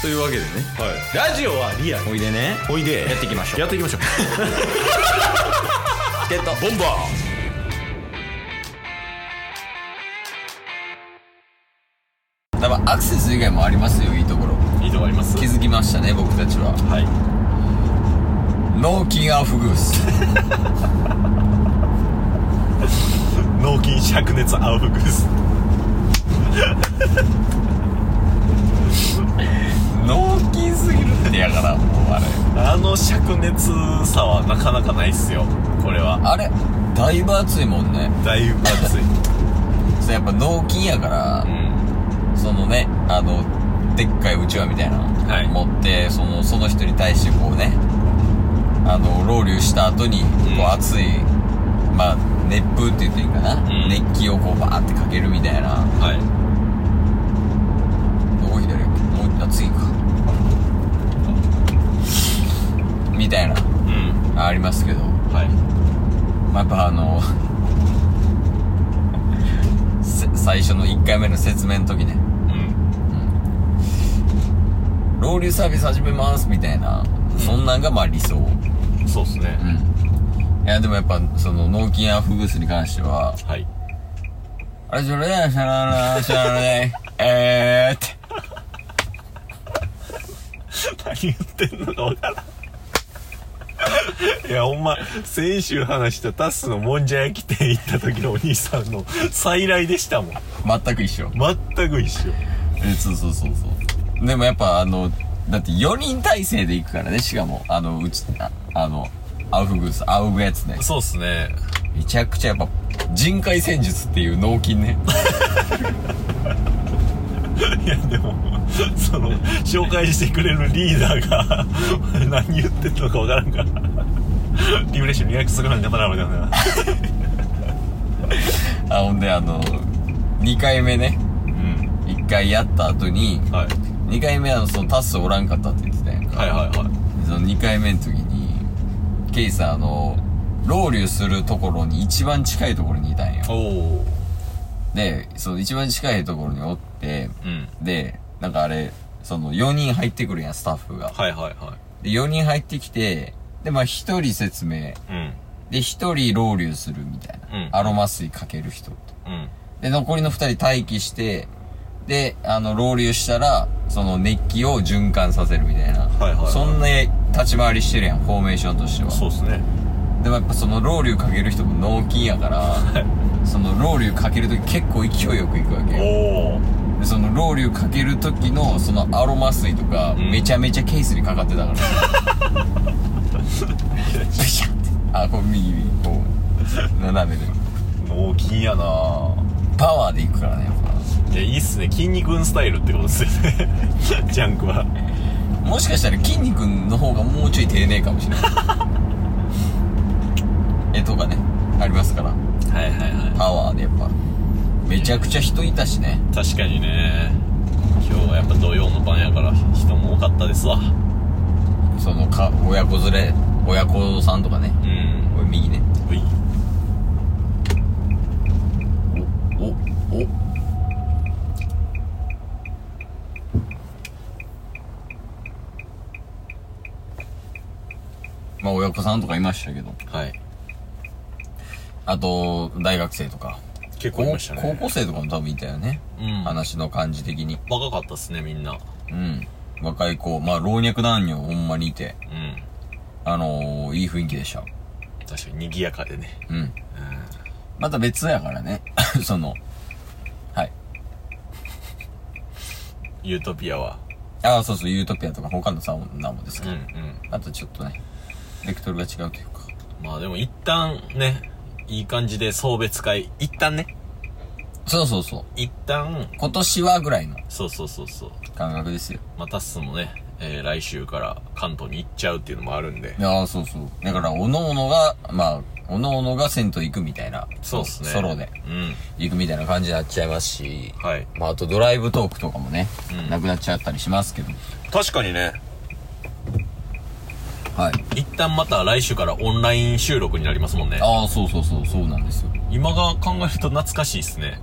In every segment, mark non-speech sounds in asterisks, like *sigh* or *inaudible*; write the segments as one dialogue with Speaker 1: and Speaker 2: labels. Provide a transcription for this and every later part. Speaker 1: というわけでね
Speaker 2: はい、ラジオはリアル
Speaker 1: おいでね
Speaker 2: おいで
Speaker 1: やっていきましょう
Speaker 2: やっていきましょう
Speaker 1: ゲット
Speaker 2: ボンバ
Speaker 1: だからアクセス以外もありますよいいところ
Speaker 2: ーいいとこあります
Speaker 1: 気づきましたね僕たちは
Speaker 2: はい
Speaker 1: 脳筋アフグース
Speaker 2: 脳筋灼熱アウフグス
Speaker 1: *laughs* 脳筋すぎるってやからもうあれ
Speaker 2: あの灼熱さはなかなかないっすよこれは
Speaker 1: あれだいぶ熱いもんね
Speaker 2: だいぶ熱い
Speaker 1: それやっぱ脳筋やから、
Speaker 2: ん
Speaker 1: そのねあのでっかいうちわみたいな、
Speaker 2: はい
Speaker 1: 持ってそのその人に対してこうねあのロウリュした後に
Speaker 2: ん
Speaker 1: こう熱い、まあ熱風って言っていいかな、
Speaker 2: ん
Speaker 1: 熱気をこうバーってかけるみたいな
Speaker 2: はい
Speaker 1: どこ左やっけもう熱いかみたいな
Speaker 2: うん
Speaker 1: ありますけど、
Speaker 2: はい
Speaker 1: まあ、やっぱあの *laughs* せ最初の1回目の説明の時ね
Speaker 2: うん
Speaker 1: 「ロウリュサービス始めます」みたいな、そんなんがまあ理想
Speaker 2: そうっすね、
Speaker 1: いや、でもやっぱ、その、脳筋アフグースに関しては、
Speaker 2: はい
Speaker 1: あれ、それだよ、しゃらら、しゃらね、えーって。
Speaker 2: 何言ってんのか分からんいやほんま先週話したタスのもんじゃ焼き店行った時のお兄さんの再来でしたもん
Speaker 1: 全く一緒。
Speaker 2: 全く一緒
Speaker 1: え、そうそうそうそう。でもやっぱ、あの、だって4人体制で行くからね、しかも、あの、うち、ああの、アフグース、アウグやつね。
Speaker 2: そうっすね
Speaker 1: めちゃくちゃやっぱ、人海戦術っていう脳筋ね。 *laughs*
Speaker 2: いやでもその紹介してくれるリーダーが何言ってんのか分からんからリフレッシュの予約するなんかならなな
Speaker 1: あ、ほんで、あの、2回目ね、
Speaker 2: うん
Speaker 1: 1回やった後に、
Speaker 2: はい
Speaker 1: 2回目あの、そのタスおらんかったって言ってたやんか。
Speaker 2: はいはいはい
Speaker 1: その2回目の時に、ケイさん、あの、ロウリュするところに一番近いところにいたんよ。
Speaker 2: おお
Speaker 1: で、その一番近いところにおって、
Speaker 2: うん
Speaker 1: で、なんかあれ、その4人入ってくるやん、スタッフが。
Speaker 2: はいはいは
Speaker 1: で、4人入ってきて、で、まあ1人説明、
Speaker 2: いうん
Speaker 1: で、1人ロウリュするみたいな。
Speaker 2: うん
Speaker 1: アロマ水かける人と。
Speaker 2: うん
Speaker 1: で、残りの2人待機して、で、あの、ロウリュしたら、その熱気を循環させるみたいな。
Speaker 2: はいはいはい
Speaker 1: そんな立ち回りしてるやん、フォーメーションとしては。
Speaker 2: そうっすね
Speaker 1: でもやっぱそのロウリュかける人も脳筋やからそのロウリュかける時結構勢いよくいくわけよ
Speaker 2: おお
Speaker 1: でそのロウリュかける時のそのアロマ水とか、
Speaker 2: うん
Speaker 1: めちゃめちゃケースにかかって
Speaker 2: *laughs*
Speaker 1: たからビシャってあこう右右こう斜めで
Speaker 2: 脳筋やな
Speaker 1: パワーでいくからねやっ
Speaker 2: いやいいっすね筋肉スタイルってことっすよね *laughs* ジャンクは
Speaker 1: ぱもしかしたら筋肉の方がもうちょい丁寧かもしれ
Speaker 2: *laughs*
Speaker 1: ないえとかねありますから
Speaker 2: はいはいは
Speaker 1: パワーでやっぱめちゃくちゃ人いたしね
Speaker 2: い確かにね今日はやっぱ土曜の晩やから人も多かったですわ
Speaker 1: そのか親子連れ親子さんとかね
Speaker 2: うん
Speaker 1: これ右ね
Speaker 2: うい
Speaker 1: おおまあ親子さんとかいましたけど
Speaker 2: はい
Speaker 1: あと大学生とか
Speaker 2: 結構い
Speaker 1: 高
Speaker 2: ました
Speaker 1: 高
Speaker 2: ね
Speaker 1: 校生とかも多分いたよね、
Speaker 2: うん
Speaker 1: 話の感じ的に
Speaker 2: 若かったっすねみんな
Speaker 1: うん若い子まあ老若男女ほんまにいて
Speaker 2: うん
Speaker 1: あのー、いい雰囲気でした
Speaker 2: 確かに賑やかでね
Speaker 1: うん
Speaker 2: う
Speaker 1: また別やからね *laughs* そのはい
Speaker 2: んユートピアは
Speaker 1: ああ、そうそう、ユートピアとか他のサウナもです
Speaker 2: う
Speaker 1: け
Speaker 2: ん
Speaker 1: ど、
Speaker 2: うん
Speaker 1: あとちょっとね、ベクトルが違うというか。
Speaker 2: まあでも一旦ねいい感じで送別会一旦ね
Speaker 1: そうそうそう。
Speaker 2: 一旦
Speaker 1: 今年はぐらいの
Speaker 2: そうそうそうそう
Speaker 1: 感覚ですよ。
Speaker 2: まあタッスもね、えー来週から関東に行っちゃうっていうのもあるんで
Speaker 1: ああ、そうそう。だから、おのおのが、まあ、おのおのが銭湯行くみたいな。
Speaker 2: そうっすね
Speaker 1: ソロで
Speaker 2: うん
Speaker 1: 行くみたいな感じになっちゃいますし。
Speaker 2: はい
Speaker 1: まあ、あとドライブトークとかもね、
Speaker 2: うん
Speaker 1: なくなっちゃったりしますけど。
Speaker 2: 確かにね
Speaker 1: はい。
Speaker 2: 一旦また来週からオンライン収録になりますもんね
Speaker 1: ああ、そうそうそう、そうなんですよ。
Speaker 2: 今が考えると懐かしいっすね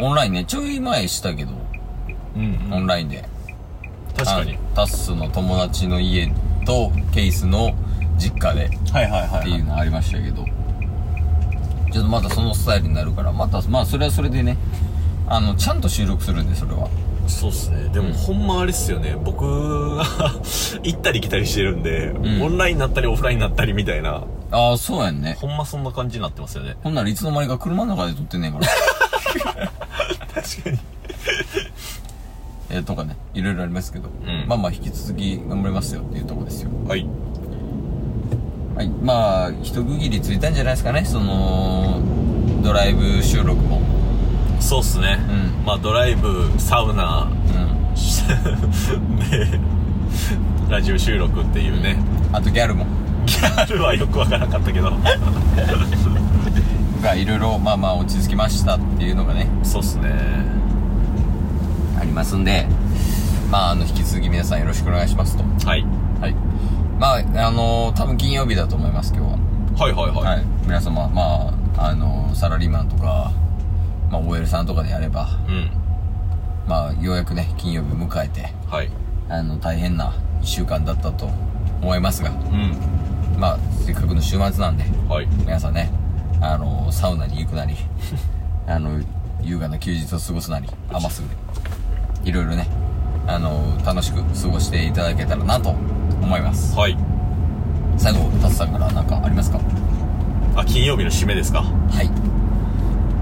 Speaker 1: オンラインね、ちょい前したけど、
Speaker 2: うん、
Speaker 1: オンラインで。
Speaker 2: 確かに
Speaker 1: あタッスの友達の家とケイスの実家でっ
Speaker 2: はいはいは
Speaker 1: ていうのありましたけどちょっとまたそのスタイルになるからまたまあそれはそれでねあのちゃんと収録するんでそれは
Speaker 2: そうっすねでも、
Speaker 1: うん
Speaker 2: ほんまあれっすよね僕が *laughs* 行ったり来たりしてるんで、
Speaker 1: ん
Speaker 2: オンラインになったりオフラインになったりみたいな
Speaker 1: ああそうやんね
Speaker 2: ほんまそんな感じになってますよね
Speaker 1: ほんならいつの間にか車の中で撮ってんねんから *laughs*
Speaker 2: 確かに
Speaker 1: えーとかねいろいろありますけど、
Speaker 2: ん
Speaker 1: まあまあ引き続き頑張りますよっていうとこですよ
Speaker 2: はい
Speaker 1: はい、まあ一区切りついたんじゃないですかねそのドライブ収録も
Speaker 2: そうっすね、
Speaker 1: うん
Speaker 2: まあドライブサウナ *laughs*
Speaker 1: うん
Speaker 2: でラジオ収録っていうね、
Speaker 1: あとギャルも
Speaker 2: ギャルはよくわからなかったけど *laughs*
Speaker 1: がいろいろまあまあ落ち着きましたっていうのがね
Speaker 2: そうっすね
Speaker 1: ありますんでまああの引き続き皆さんよろしくお願いしますと
Speaker 2: はい
Speaker 1: はいまああの多分金曜日だと思います今日は
Speaker 2: はいはいはい、
Speaker 1: はい皆様まああのサラリーマンとかまあ OL さんとかでやれば
Speaker 2: うん
Speaker 1: まあようやくね金曜日迎えて
Speaker 2: はい
Speaker 1: あの大変な1週間だったと思いますが
Speaker 2: うん
Speaker 1: まあせっかくの週末なんで
Speaker 2: はい
Speaker 1: 皆さんねあのサウナに行くなり *laughs* あの優雅な休日を過ごすなり余すぐでいろいろねあの楽しく過ごしていただけたらなと思います
Speaker 2: はい
Speaker 1: 最後達さんから何かありますかは
Speaker 2: あ金曜日の締めですか
Speaker 1: い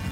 Speaker 3: す